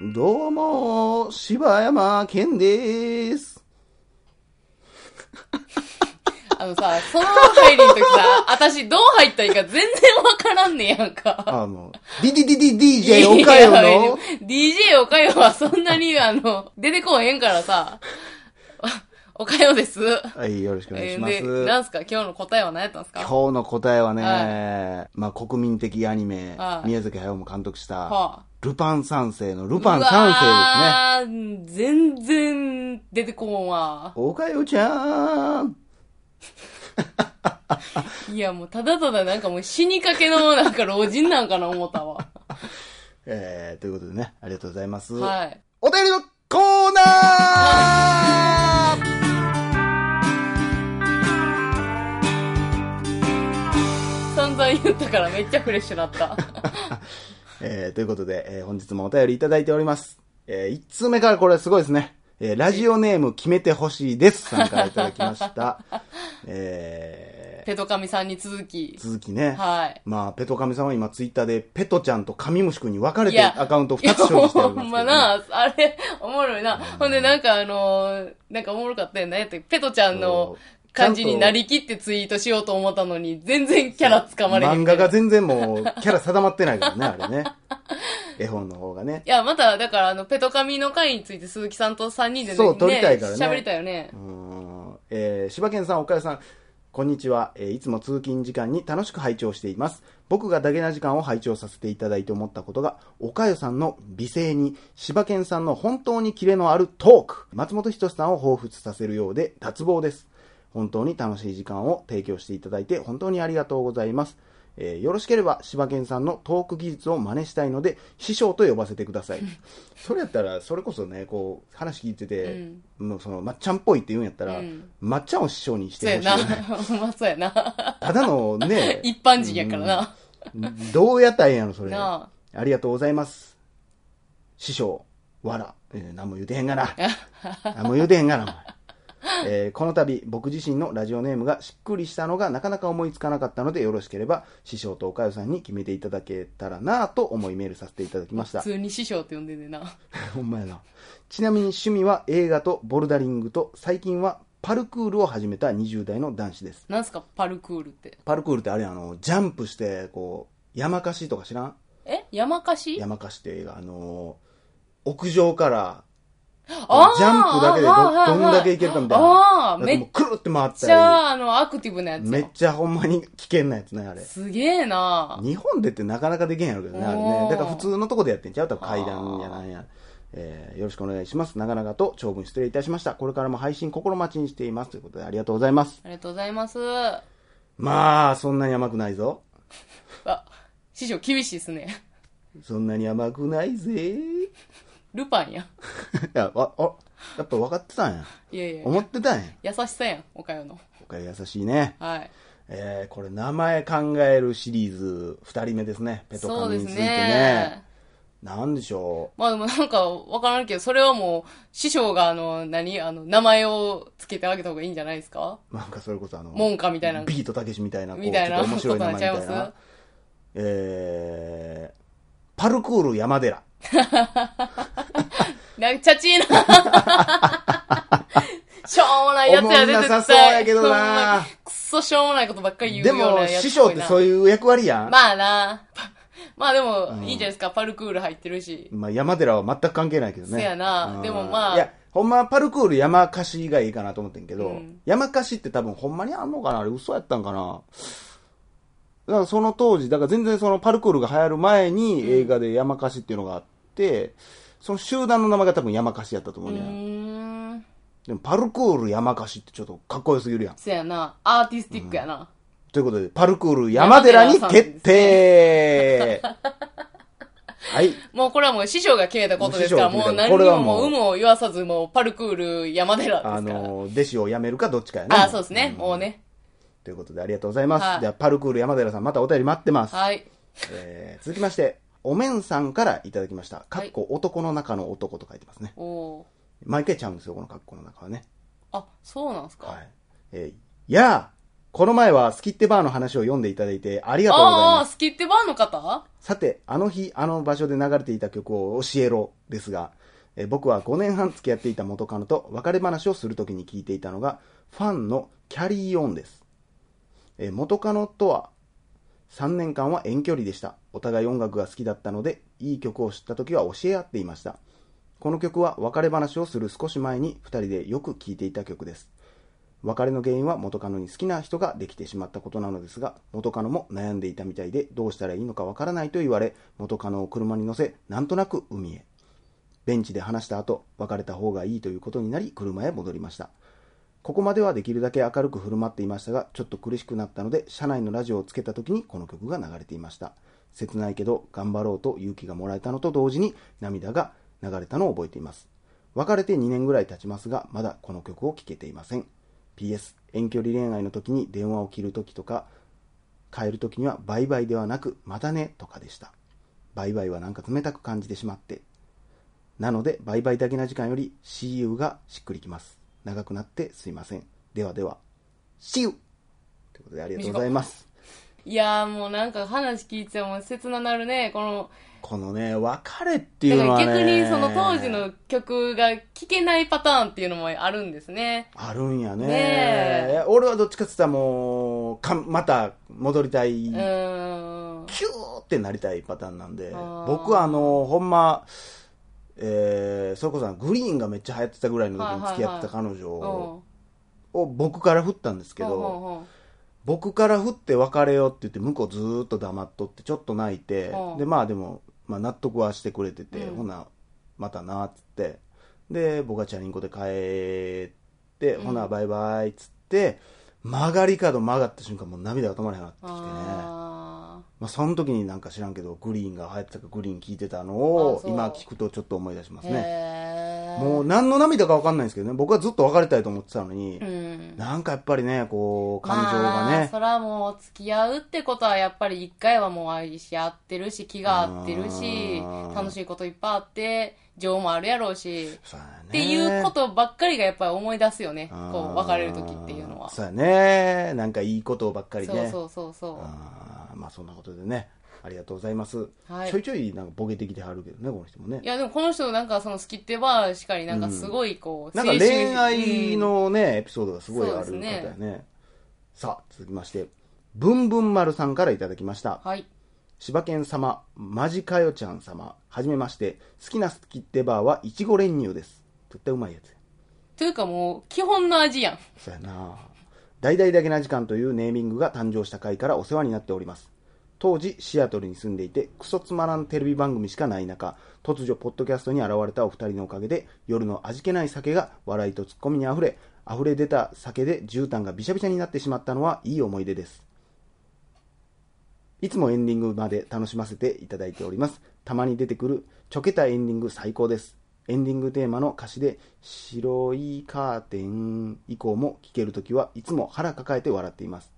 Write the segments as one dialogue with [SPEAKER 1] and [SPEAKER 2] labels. [SPEAKER 1] どうも、柴山健です。
[SPEAKER 2] あのさ、その入りの時さ、私どう入ったらいいか全然わからんねやんか。
[SPEAKER 1] あの、ディディディディ DJ おかよの、
[SPEAKER 2] DJ おかよはそんなに、あの、出てこへんからさ、おかよです。
[SPEAKER 1] はい、よろしくお願いします。
[SPEAKER 2] で、なんすか今日の答えは何やったんですかは
[SPEAKER 1] 今日の答えはね、
[SPEAKER 2] は
[SPEAKER 1] まあ国民的アニメ、
[SPEAKER 2] はい
[SPEAKER 1] 宮崎駿も監督した、
[SPEAKER 2] あ。
[SPEAKER 1] ルパン三世のルパン三世ですね。
[SPEAKER 2] 世ですね。全然出てこんわ。
[SPEAKER 1] おかよちゃん
[SPEAKER 2] いや、もうただただなんかもう死にかけのなんか老人なんかな思っ たわ。
[SPEAKER 1] えー、ということでね、ありがとうございます。
[SPEAKER 2] はい。
[SPEAKER 1] お便りのコーナ ー
[SPEAKER 2] 散々言ったからめっちゃフレッシュ なった。
[SPEAKER 1] えー、ということで、えー本日もお便りいただいております。えー、1通目からこれすごいですね。えー、ラジオネーム決めてほしいです。さんからいただきました。 え
[SPEAKER 2] ペトカミさんに続き
[SPEAKER 1] ー、。続きね。
[SPEAKER 2] はい。
[SPEAKER 1] まあ、ペトカミさんは今ツイッターで、ペトちゃんとカミムシ君に分かれ
[SPEAKER 2] い
[SPEAKER 1] て
[SPEAKER 2] や
[SPEAKER 1] アカウント2つ消費しておりますけどね、
[SPEAKER 2] ほんまな、あれ、おもろいな。ほんで、なんかあのーなんかおもろかったよね。って、ペトちゃんの感じになりきってツイートしようと思ったのに、全然キャラつかまれへん。
[SPEAKER 1] 漫画が全然もう、キャラ定まってないからね、あれね。絵本の方がね。
[SPEAKER 2] いや、また、だから、あの、ペトカミの回について鈴木さんと3人でね、
[SPEAKER 1] そう撮りたいからね
[SPEAKER 2] 喋りたいよね
[SPEAKER 1] う。ーんえー、柴犬さん、岡谷さん、こんにちは、えーいつも通勤時間に楽しく拝聴しています。僕がダゲな時間を拝聴させていただいて思ったことが、岡谷さんの美声に、柴犬さんの本当にキレのあるトーク、松本人志さんを彷彿させるようで脱帽です。本当に楽しい時間を提供していただいて本当にありがとうございます。えーよろしければ柴犬さんのトーク技術を真似したいので師匠と呼ばせてくださ いそれやったらそれこそねこう話聞いてて、もうそのまっちゃんっぽいって言うんやったら、
[SPEAKER 2] うん
[SPEAKER 1] まっちゃんを師匠にし
[SPEAKER 2] そう
[SPEAKER 1] て
[SPEAKER 2] や
[SPEAKER 1] ほしい
[SPEAKER 2] な。
[SPEAKER 1] よ
[SPEAKER 2] ほ
[SPEAKER 1] ね
[SPEAKER 2] ん まそうやな。
[SPEAKER 1] ただのね
[SPEAKER 2] 一般人やからな。
[SPEAKER 1] うんどうやったらええんやろそれ
[SPEAKER 2] な
[SPEAKER 1] ありがとうございます師匠わら、えー何も言うてへんが な何も言うてへんがなお前えーこの度僕自身のラジオネームがしっくりしたのがなかなか思いつかなかったのでよろしければ師匠とおかよさんに決めていただけたらなぁと思いメールさせていただきまし
[SPEAKER 2] 普
[SPEAKER 1] た
[SPEAKER 2] 通に師匠って呼んでんねんな。
[SPEAKER 1] ほんまやなちなみに趣味は映画とボルダリングと最近はパルクールを始めた20代の男子です
[SPEAKER 2] なんすか、パルクールって。
[SPEAKER 1] パルクールってあれやあのジャンプしてこう山かしとか知らん
[SPEAKER 2] え山かし
[SPEAKER 1] 山かしっていう映画あのー屋上から
[SPEAKER 2] あー
[SPEAKER 1] ジャンプだけでど
[SPEAKER 2] はいはいはい
[SPEAKER 1] どんだけいけるかみたいな
[SPEAKER 2] あー
[SPEAKER 1] なんかもうくるって回っ
[SPEAKER 2] じゃ
[SPEAKER 1] た
[SPEAKER 2] あ、あの、アクティブなやつ
[SPEAKER 1] り
[SPEAKER 2] や
[SPEAKER 1] めっちゃほんまに危険なやつねあれ
[SPEAKER 2] すげえな
[SPEAKER 1] 日本でってなかなかできへんやろけどねあれ
[SPEAKER 2] お
[SPEAKER 1] ね
[SPEAKER 2] ー
[SPEAKER 1] だから普通のとこでやってんちゃう多分階段やなんやえーよろしくお願いします。長々と長文失礼いたしました。これからも配信心待ちにしています。ということでありがとうございます。
[SPEAKER 2] ありがとうございます。あ、
[SPEAKER 1] まあ、そんなに甘くないぞ。
[SPEAKER 2] 師匠厳しいですね。
[SPEAKER 1] そんなに甘くないぜ。 い
[SPEAKER 2] ルパンや。
[SPEAKER 1] や、あ、あ、やっぱ分かってたんや。
[SPEAKER 2] いやいや、
[SPEAKER 1] 思ってたんや。
[SPEAKER 2] 優しさやん、おかよの。
[SPEAKER 1] おかえり優しいね。
[SPEAKER 2] はい。
[SPEAKER 1] えーこれ名前考えるシリーズ2人目ですね。ペト
[SPEAKER 2] そ
[SPEAKER 1] カ
[SPEAKER 2] う
[SPEAKER 1] ミ
[SPEAKER 2] で
[SPEAKER 1] に
[SPEAKER 2] す
[SPEAKER 1] ついてね。
[SPEAKER 2] ね。
[SPEAKER 1] なんでしょ
[SPEAKER 2] まあでもなんかわからんけど、それはもう、師匠があの、何あの、名前をつけてあげた方がいいんじゃないですか
[SPEAKER 1] う。なんかそれこそあの、
[SPEAKER 2] 門下みたいな。
[SPEAKER 1] ビートたけしみたいな、こう
[SPEAKER 2] みたいな
[SPEAKER 1] ちょっと面白い名前みた
[SPEAKER 2] こと
[SPEAKER 1] い
[SPEAKER 2] になっちゃい
[SPEAKER 1] な
[SPEAKER 2] ま。
[SPEAKER 1] えー、パルクール山寺。
[SPEAKER 2] なんか、チャチ ーな。しょうもないやつやで、
[SPEAKER 1] おもんな
[SPEAKER 2] 絶
[SPEAKER 1] さ
[SPEAKER 2] 対。
[SPEAKER 1] そうやけどな
[SPEAKER 2] ほんまくっそしょうもないことばっかり
[SPEAKER 1] で
[SPEAKER 2] 言うよう
[SPEAKER 1] も、
[SPEAKER 2] なやつ
[SPEAKER 1] 師匠ってそう
[SPEAKER 2] いう。
[SPEAKER 1] いう役割やん。ま
[SPEAKER 2] まあな。 まあでも、いいじゃないですか。パルクール入ってるし。
[SPEAKER 1] あ、山寺は全く関係ないけどね。
[SPEAKER 2] せやな
[SPEAKER 1] うん
[SPEAKER 2] でもまあ
[SPEAKER 1] いや、ほんまはパルクール山かしがいいかなと思ってんけど、
[SPEAKER 2] うん
[SPEAKER 1] 山かしって多分ほんまにあんのかなあれ嘘やったんかなだからその当時、だから全然そのパルクールが流行る前に映画で山かしっていうのがあって、その集団の名前が多分山かしやったと
[SPEAKER 2] う
[SPEAKER 1] 思うね、ん。
[SPEAKER 2] ーん。
[SPEAKER 1] でもパルクール山かしってちょっとかっこよすぎるやん。
[SPEAKER 2] せやな。アーティスティックやな。
[SPEAKER 1] ということで、パルクール山寺に決定はい。
[SPEAKER 2] もうこれはもう師匠が決めたことですから、
[SPEAKER 1] もう師匠
[SPEAKER 2] もう
[SPEAKER 1] が決めたこ
[SPEAKER 2] 何
[SPEAKER 1] れ
[SPEAKER 2] に
[SPEAKER 1] は
[SPEAKER 2] も
[SPEAKER 1] もう
[SPEAKER 2] もう有無を言わさず、もうパルクール山寺ですから。
[SPEAKER 1] あ
[SPEAKER 2] あ
[SPEAKER 1] の、弟子を辞めるかどっちかやね。
[SPEAKER 2] あ、そうですね。もうね。
[SPEAKER 1] ということでありがとうございます。
[SPEAKER 2] はい
[SPEAKER 1] じゃあ、パルクール山寺さん、またお便り待ってます。
[SPEAKER 2] はい。
[SPEAKER 1] えー続きまして、おめんさんからいただきました。か
[SPEAKER 2] は
[SPEAKER 1] っ
[SPEAKER 2] い
[SPEAKER 1] こ男の中の男と書いてますね。
[SPEAKER 2] おー
[SPEAKER 1] 毎回ちゃうんですよ、この格好の中はね。
[SPEAKER 2] あ、そうなんすか。
[SPEAKER 1] はい。えーやあ、この前はスキッテバーの話を読んでいただいてありがとうござい
[SPEAKER 2] あ
[SPEAKER 1] ま
[SPEAKER 2] あ、
[SPEAKER 1] す。
[SPEAKER 2] スキッテバーの方
[SPEAKER 1] さて、あの日、あの場所で流れていた曲を教えろですが、えー僕は5年半付き合っていた元カノと別れ話をするときに聞いていたのが、ファンのキャリーオンです。えー元カノとは3年間は遠距離でした。お互い音楽が好きだったので、いい曲を知ったときは教え合っていました。この曲は別れ話をする少し前に2人でよく聴いていた曲です。別れの原因は元カノに好きな人ができてしまったことなのですが、元カノも悩んでいたみたいでどうしたらいいのかわからないと言われ、元カノを車に乗せ、なんとなく海へ。ベンチで話した後、別れた方がいいということになり、車へ戻りました。ここまではできるだけ明るく振る舞っていましたが、ちょっと苦しくなったので、車内のラジオをつけた時にこの曲が流れていました。切ないけど、頑張ろうと勇気がもらえたのと同時に、涙が流れたのを覚えています。別れて2年ぐらい経ちますが、まだこの曲を聴けていません。PS、遠距離恋愛の時に電話を切る時とか、変える時にはバイバイではなく、またねとかでした。バイバイはなんか冷たく感じてしまって。なので、バイバイだけな時間より、See you がしっくりきます。長くなってすいません。ではでは、See you! ということでありがとうございます。
[SPEAKER 2] いやーもうなんか話聞いてても切ななるね。この、
[SPEAKER 1] このね、別れってい
[SPEAKER 2] だ
[SPEAKER 1] うの
[SPEAKER 2] か
[SPEAKER 1] は
[SPEAKER 2] ら
[SPEAKER 1] ね。
[SPEAKER 2] 逆にその当時の曲が聴けないパターンっていうのもあるんですね。
[SPEAKER 1] あるんやね
[SPEAKER 2] ねえ
[SPEAKER 1] 俺はどっちかって言ったらもうかまた戻りたい、
[SPEAKER 2] うーん。
[SPEAKER 1] キューってなりたいパターンなんで
[SPEAKER 2] あー
[SPEAKER 1] 僕はあのほんまえー、それこそグリーンがめっちゃ流行ってたぐらいの時に付き合ってた彼女を僕から振ったんですけど、
[SPEAKER 2] ど、
[SPEAKER 1] 僕から振って別れようって言って向こうずーっと黙っとってちょっと泣いて、
[SPEAKER 2] うん
[SPEAKER 1] でまあでも、まあ、納得はしてくれてて、
[SPEAKER 2] うん
[SPEAKER 1] ほなまたなっつってで僕はチャリンコで帰って、
[SPEAKER 2] うん
[SPEAKER 1] ほなバイバイっつって曲がり角曲がった瞬間もう涙が止まらへんなってきてね
[SPEAKER 2] あ
[SPEAKER 1] まあ、その時になんか知らんけどグリーンが流行ってたかグリーン聞いてたの
[SPEAKER 2] あ
[SPEAKER 1] を
[SPEAKER 2] そう
[SPEAKER 1] 今聞くとちょっと思い出しま
[SPEAKER 2] ー
[SPEAKER 1] すね
[SPEAKER 2] へー
[SPEAKER 1] もう何の涙か分かんないんですけどね僕はずっと別れたいと思ってたのに、
[SPEAKER 2] うん
[SPEAKER 1] なんかやっぱりねこう感情が
[SPEAKER 2] まあ
[SPEAKER 1] ね、
[SPEAKER 2] そらもう付き合うってことはやっぱり一回はもう愛し合ってるし気が合ってるし
[SPEAKER 1] あー
[SPEAKER 2] 楽しいこといっぱいあって情もあるやろうし
[SPEAKER 1] そうやね
[SPEAKER 2] っていうことばっかりがやっぱり思い出すよね
[SPEAKER 1] あー
[SPEAKER 2] こう別れる時っていうのはそ
[SPEAKER 1] そうやねなんかいいことばっか
[SPEAKER 2] う
[SPEAKER 1] りね
[SPEAKER 2] そうそうそ
[SPEAKER 1] あーまあそんなことでねありがとうございます、
[SPEAKER 2] はい
[SPEAKER 1] ちょいちょいなんかボケてきてはるけどねこの人もね
[SPEAKER 2] ういやでもこの人なんかその好きってばしかりなんかすごいこう
[SPEAKER 1] なんか
[SPEAKER 2] 青春
[SPEAKER 1] 恋愛のね、エピソードがすごいある
[SPEAKER 2] そ
[SPEAKER 1] 方
[SPEAKER 2] う
[SPEAKER 1] や
[SPEAKER 2] です
[SPEAKER 1] ねさあ続きましてぶんぶん丸さんからいただきました
[SPEAKER 2] うんはい
[SPEAKER 1] 柴犬様マジかよちゃん様はじめまして好きなスキッテバーはいちご練乳です絶対うまいやつや
[SPEAKER 2] というかもう基本の味やん
[SPEAKER 1] そうやな大々だけな時間というネーミングが誕生した回からお世話になっております。当時、シアトルに住んでいて、クソつまらんテレビ番組しかない中、突如、ポッドキャストに現れたお二人のおかげで、夜の味気ない酒が笑いとツッコミに溢れ、溢れ出た酒で絨毯がびしゃびしゃになってしまったのはいい思い出です。いつもエンディングまで楽しませていただいております。たまに出てくるちょけたエンディング最高です。エンディングテーマの歌詞で白いカーテン以降も聴けるときはいつも腹抱えて笑っています。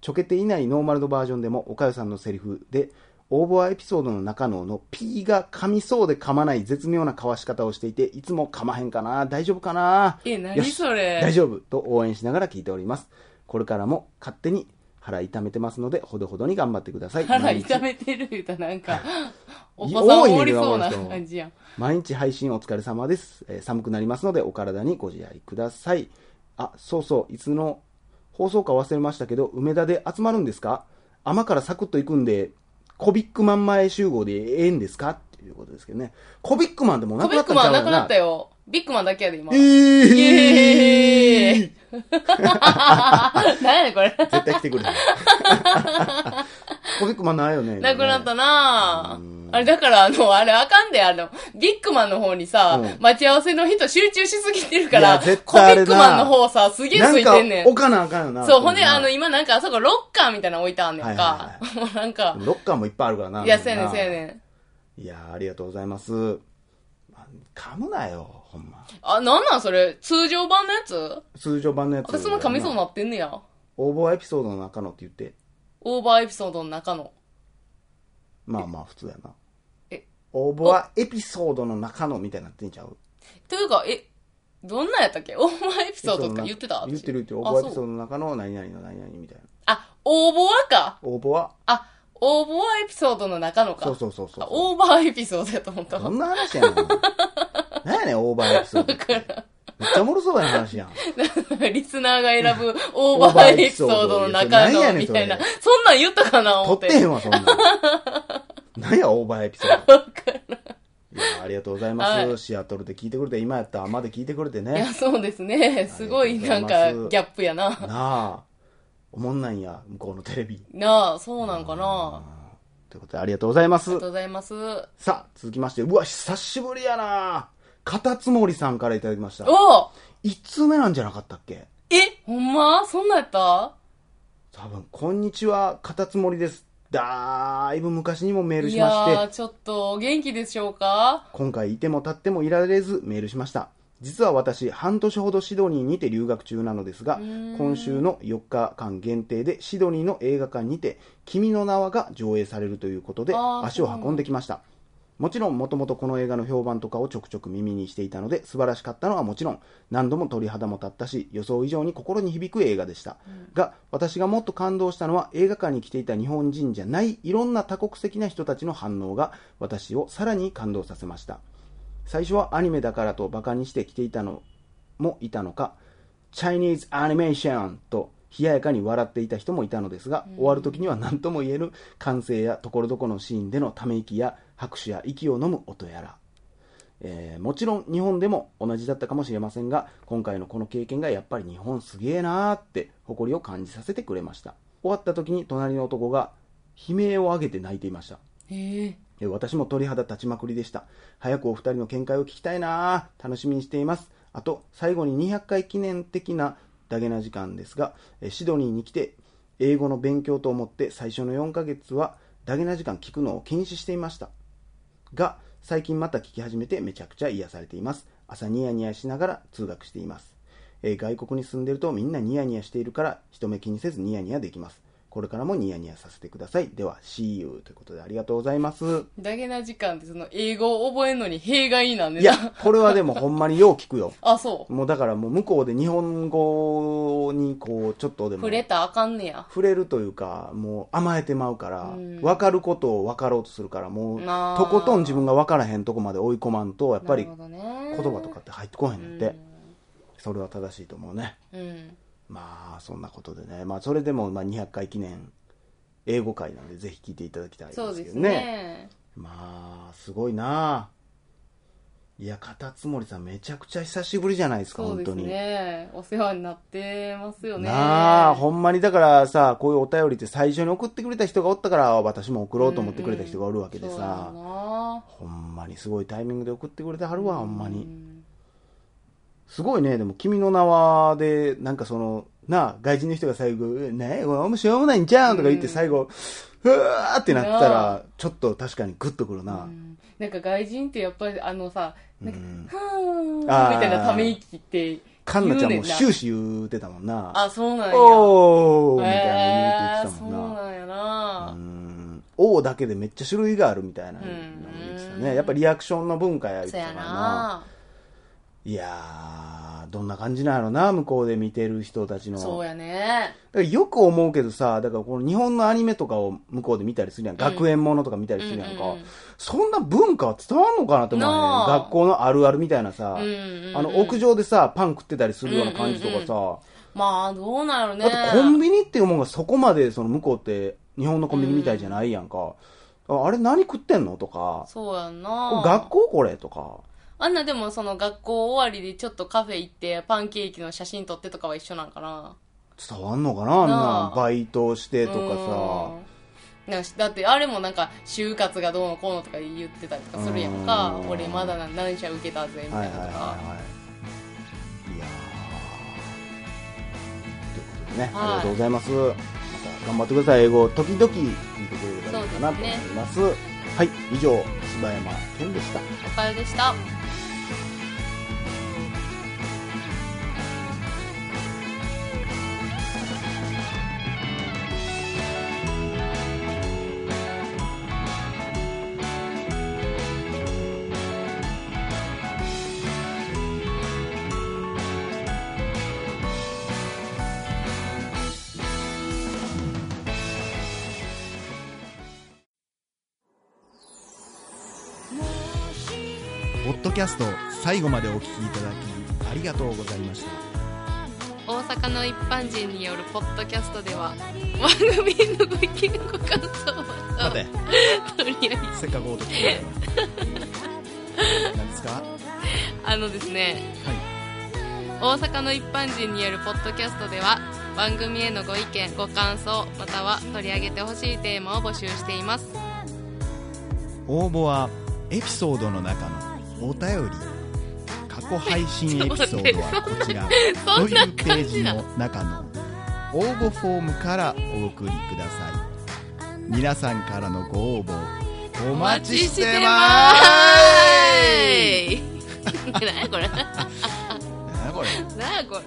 [SPEAKER 1] ちょけていないノーマルのバージョンでもおかよさんのセリフでオーバーエピソードの中のの P が噛みそうで噛まない絶妙なかわし方をしていていつも噛まへんかな大丈夫かな
[SPEAKER 2] え何
[SPEAKER 1] よし
[SPEAKER 2] それ
[SPEAKER 1] 大丈夫と応援しながら聞いておりますこれからも勝手に腹痛めてますのでほどほどに頑張ってください
[SPEAKER 2] 腹
[SPEAKER 1] 毎日
[SPEAKER 2] 痛めてる言うたらなん かお子さんおりそうな
[SPEAKER 1] 多いね
[SPEAKER 2] 感じやん
[SPEAKER 1] 毎日配信お疲れ様です、えー寒くなりますのでお体にご自愛くださいあそうそういつの放送か忘れましたけど梅田で集まるんですか雨からサクッと行くんでコビックマン前集合でええんですかっていうことですけどねコビックマンでもうな
[SPEAKER 2] コ
[SPEAKER 1] く
[SPEAKER 2] ビ
[SPEAKER 1] な
[SPEAKER 2] ッ
[SPEAKER 1] った
[SPEAKER 2] ク
[SPEAKER 1] んち
[SPEAKER 2] マ
[SPEAKER 1] ゃ
[SPEAKER 2] ン
[SPEAKER 1] うか
[SPEAKER 2] なくなったよ。ビッグマンだけやで、今。
[SPEAKER 1] え
[SPEAKER 2] 絶
[SPEAKER 1] ー、
[SPEAKER 2] イエーイ 何やねん、これ。
[SPEAKER 1] 絶対来てくれへ んコビックマンないよね
[SPEAKER 2] なくなったな
[SPEAKER 1] うん
[SPEAKER 2] ぁ。あれ、だから、あの、あれあかんで、あの、ビッグマンの方にさ、
[SPEAKER 1] うん
[SPEAKER 2] 待ち合わせの人集中しすぎてるか
[SPEAKER 1] い
[SPEAKER 2] ら、
[SPEAKER 1] や
[SPEAKER 2] コビ
[SPEAKER 1] 絶対あれな
[SPEAKER 2] ックマンの方さ、すげえ
[SPEAKER 1] な
[SPEAKER 2] 空
[SPEAKER 1] ん
[SPEAKER 2] いてんね
[SPEAKER 1] か
[SPEAKER 2] ん
[SPEAKER 1] 置。かなあかんよな
[SPEAKER 2] そう、ほんで、あの、
[SPEAKER 1] で
[SPEAKER 2] 今なんか、あそこロッカーみたいなの置いてあんねん
[SPEAKER 1] は
[SPEAKER 2] か。 もうなんか
[SPEAKER 1] も、ロッカーもいっぱいあるからない
[SPEAKER 2] や、そうやねん、
[SPEAKER 1] み
[SPEAKER 2] そ
[SPEAKER 1] んな
[SPEAKER 2] うやねん。
[SPEAKER 1] いやーありがとうございます。あ噛むなよ、ほんま。
[SPEAKER 2] あ、なんなんそれ通常版のやつ
[SPEAKER 1] 通常版のやつ。
[SPEAKER 2] 私そんな噛みそうになってんねや。
[SPEAKER 1] 応募エピソードの中のって言って、
[SPEAKER 2] オーバーエピソードの中の。
[SPEAKER 1] まあまあ普通やな。
[SPEAKER 2] え
[SPEAKER 1] 応募はエピソードの中のみたいになってんちゃう
[SPEAKER 2] というか、え、どんなんやったっけオーバーエピソードと
[SPEAKER 1] そ
[SPEAKER 2] か
[SPEAKER 1] の
[SPEAKER 2] 言ってた
[SPEAKER 1] 言ってる言ってる。応
[SPEAKER 2] あ
[SPEAKER 1] 募エ
[SPEAKER 2] そう
[SPEAKER 1] ピソードの中の何々の何々みたいな。
[SPEAKER 2] あ、応募はか。
[SPEAKER 1] 応募は
[SPEAKER 2] あ、応募はエピソードの中のか。
[SPEAKER 1] そうそうそうそう
[SPEAKER 2] あ。オーバーエピソードやと思った
[SPEAKER 1] ど
[SPEAKER 2] わ。
[SPEAKER 1] んな話 やねん。何やねん、オーバーエピソードって。めっちゃおもろそうやな話 やん。
[SPEAKER 2] リスナーが選ぶオーバーエピソード
[SPEAKER 1] オー
[SPEAKER 2] の中
[SPEAKER 1] バーエピソードいやそれ何やね
[SPEAKER 2] の、
[SPEAKER 1] ん
[SPEAKER 2] みたいな
[SPEAKER 1] そ。
[SPEAKER 2] そんなん言ったかな
[SPEAKER 1] 撮
[SPEAKER 2] 思
[SPEAKER 1] っ
[SPEAKER 2] ってて。
[SPEAKER 1] へんわ、そん なん。何や、オーバーエピソード。いや、ありがとうございます。
[SPEAKER 2] はい
[SPEAKER 1] シアトルで聞いてくれて、今やったらまで聞いてくれて
[SPEAKER 2] い
[SPEAKER 1] ね。
[SPEAKER 2] や、そうですね。すごい、なん
[SPEAKER 1] ありがと
[SPEAKER 2] か、
[SPEAKER 1] うございます
[SPEAKER 2] ギャップやな。
[SPEAKER 1] なあ、おもんないんや、向こうのテレビ。
[SPEAKER 2] なあ、そうなんかな。
[SPEAKER 1] ということで、ありがとうございま
[SPEAKER 2] あり
[SPEAKER 1] す
[SPEAKER 2] がと。うございます。お
[SPEAKER 1] さあ、続きまして、うわ、久しぶりやなカタツモリさんからいただきました。1通目なんじゃなかったっけ
[SPEAKER 2] えほんまそんなんやった
[SPEAKER 1] 多分、こんにちは、カタツモリです。だいぶ昔にもメール
[SPEAKER 2] い
[SPEAKER 1] しまして
[SPEAKER 2] やー、、ちょっと、お元気でしょうか
[SPEAKER 1] 今回いても立ってもいられずメールしました実は私半年ほどシドニーにて留学中なのですが
[SPEAKER 2] ーん
[SPEAKER 1] 今週の4日間限定でシドニーの映画館にて「君の名は」が上映されるということで
[SPEAKER 2] あー
[SPEAKER 1] 足を運んできましたもちろんもともとこの映画の評判とかをちょくちょく耳にしていたので素晴らしかったのはもちろん何度も鳥肌も立ったし予想以上に心に響く映画でした、が私がもっと感動したのは映画館に来ていた日本人じゃないいろんな多国籍な人たちの反応が私をさらに感動させました最初はアニメだからとバカにして来ていたのもいたのかチャイニーズアニメーションと冷ややかに笑っていた人もいたのですが、終わる時には何とも言えぬ歓声やところどころのシーンでのため息や拍手や息を飲む音やら、えーもちろん日本でも同じだったかもしれませんが今回のこの経験がやっぱり日本すげえなーって誇りを感じさせてくれました終わった時に隣の男が悲鳴を上げて泣いていました
[SPEAKER 2] えー、
[SPEAKER 1] えー私も鳥肌立ちまくりでした早くお二人の見解を聞きたいなあ楽しみにしていますあと最後に200回記念的なダゲな時間ですがえーシドニーに来て英語の勉強と思って最初の4ヶ月はダゲな時間聞くのを禁止していましたが最近また聞き始めてめちゃくちゃ癒されています朝ニヤニヤしながら通学しています、えー外国に住んでるとみんなニヤニヤしているから人目気にせずニヤニヤできますこれからもニヤニヤさせてくださいでは See you ということでありがとうございます
[SPEAKER 2] だけな時間って、その、英語を覚えるのに弊害なんで
[SPEAKER 1] い
[SPEAKER 2] な。
[SPEAKER 1] や、これはでもほんまによう聞くよ
[SPEAKER 2] あ、そう。
[SPEAKER 1] もうだからもう向こうで日本語にこう、ちょっとでも
[SPEAKER 2] 触れたらあかんねや。
[SPEAKER 1] 触れるというか、もう甘えてまうから、
[SPEAKER 2] うん
[SPEAKER 1] 分かることを分かろうとするから、もう、
[SPEAKER 2] あー
[SPEAKER 1] とことん自分が分からへんとこまで追い込まんと、やっぱり
[SPEAKER 2] なる
[SPEAKER 1] 言
[SPEAKER 2] ほどね
[SPEAKER 1] 葉とかって入ってこへんねんって、
[SPEAKER 2] う
[SPEAKER 1] それは正しいと思うね。
[SPEAKER 2] んうん。
[SPEAKER 1] まあ、そんなことでね。まあ、それでも、まあ、200回記念、英語会なんで、ぜひ聞いていただきたいですけ
[SPEAKER 2] そ
[SPEAKER 1] ど
[SPEAKER 2] う
[SPEAKER 1] ね。
[SPEAKER 2] ですね。
[SPEAKER 1] まあ、すごいなあいや、カタツムリさん、めちゃくちゃ久しぶりじゃないですか、
[SPEAKER 2] そう
[SPEAKER 1] 本
[SPEAKER 2] で
[SPEAKER 1] 当
[SPEAKER 2] す
[SPEAKER 1] に。
[SPEAKER 2] ね。お世話になってますよね。
[SPEAKER 1] なあ、ほんまにだからさ、こういうお便りって最初に送ってくれた人がおったから、私も送ろうと思ってくれた人がおるわけで
[SPEAKER 2] そうや
[SPEAKER 1] さ、
[SPEAKER 2] ろな
[SPEAKER 1] ほんまにすごいタイミングで送ってくれてはるわ、ほんま
[SPEAKER 2] う
[SPEAKER 1] に。
[SPEAKER 2] ん
[SPEAKER 1] すごいね、でも、君の名はで、なんかその、なあ、外人の人が最後、ねえ、これ面白もないんじゃんとか言って
[SPEAKER 2] うん
[SPEAKER 1] 最後、うわーってなった
[SPEAKER 2] な
[SPEAKER 1] ら、ちょっと確かにグッとくる
[SPEAKER 2] う
[SPEAKER 1] な。
[SPEAKER 2] んなんか外人ってやっぱりあのさ、なんか、
[SPEAKER 1] うんあ
[SPEAKER 2] は
[SPEAKER 1] ー
[SPEAKER 2] ーみたいなため息って、
[SPEAKER 1] カンナちゃん
[SPEAKER 2] 言
[SPEAKER 1] も
[SPEAKER 2] うねんな
[SPEAKER 1] 終始言うてたもんな。
[SPEAKER 2] あ、そうなんや。
[SPEAKER 1] おーみたいな
[SPEAKER 2] え
[SPEAKER 1] 言う
[SPEAKER 2] ー、
[SPEAKER 1] て言ってた
[SPEAKER 2] そ
[SPEAKER 1] も
[SPEAKER 2] うん
[SPEAKER 1] な。
[SPEAKER 2] なんや
[SPEAKER 1] う
[SPEAKER 2] な。
[SPEAKER 1] ん王だけでめっちゃ種類があるみたいなのも言ってたね、
[SPEAKER 2] うん
[SPEAKER 1] やっぱリアクションの文化や言って
[SPEAKER 2] そう
[SPEAKER 1] た
[SPEAKER 2] や
[SPEAKER 1] からな
[SPEAKER 2] な。
[SPEAKER 1] いやーどんな感じなんやろな向こうで見てる人たちの
[SPEAKER 2] そうやね。
[SPEAKER 1] だからよく思うけどさだからこの日本のアニメとかを向こうで見たりするやん、学園ものとか見たりするやんか、
[SPEAKER 2] うんうんうん
[SPEAKER 1] そんな文化は伝わんのかなって思うね
[SPEAKER 2] なあ
[SPEAKER 1] 学校のあるあるみたいなさ、
[SPEAKER 2] うんうんうん
[SPEAKER 1] あの屋上でさパン食ってたりするような感じとかさ、
[SPEAKER 2] まあ、どうなんやろね。
[SPEAKER 1] だってコンビニっていうもんがそこまでその向こうって日本のコンビニみたいじゃないやんか、ああれ何食ってんのとか
[SPEAKER 2] そうやん
[SPEAKER 1] これ
[SPEAKER 2] な。
[SPEAKER 1] 学校これとか
[SPEAKER 2] あんなでもその学校終わりでちょっとカフェ行ってパンケーキの写真撮ってとかは一緒なんかな。
[SPEAKER 1] 伝わんのかなあん
[SPEAKER 2] な
[SPEAKER 1] な
[SPEAKER 2] あ
[SPEAKER 1] バイトしてと
[SPEAKER 2] うんなんかしだってあれもなんか就活がどうのこうのとか言ってたりとかするやんか
[SPEAKER 1] うん
[SPEAKER 2] 俺まだな何社受けたぜみ
[SPEAKER 1] かさはい
[SPEAKER 2] たい
[SPEAKER 1] はい
[SPEAKER 2] な
[SPEAKER 1] はいは
[SPEAKER 2] とか
[SPEAKER 1] いいやーということでね、
[SPEAKER 2] はい
[SPEAKER 1] ありがとうございますまた頑張ってください英語を時々聞いてくれればいいかなと思いますはい以上柴山健でした
[SPEAKER 2] おかえりでした
[SPEAKER 1] ポッドキャスト最後までお聞きいただきありがとうございました
[SPEAKER 2] 大阪の一般人によるポッドキャストでは番組のご意見ご感想ま
[SPEAKER 1] 待て
[SPEAKER 2] とりあえず
[SPEAKER 1] せっかくお得だから何ですかは
[SPEAKER 2] あのですね大阪の一般人によるポッドキャストでは番組へのご意見ご感想または取り上げてほしいテーマを募集しています
[SPEAKER 1] い応募はエピソードの中のお便り過去配信エピソードはこちら
[SPEAKER 2] そ
[SPEAKER 1] と
[SPEAKER 2] ん
[SPEAKER 1] い
[SPEAKER 2] な
[SPEAKER 1] うページ
[SPEAKER 2] な
[SPEAKER 1] の中の応募フォームからお送りください皆さんからのご応募お待ちしてま
[SPEAKER 2] 何やこれ
[SPEAKER 1] すなん やこれ
[SPEAKER 2] 何やこれ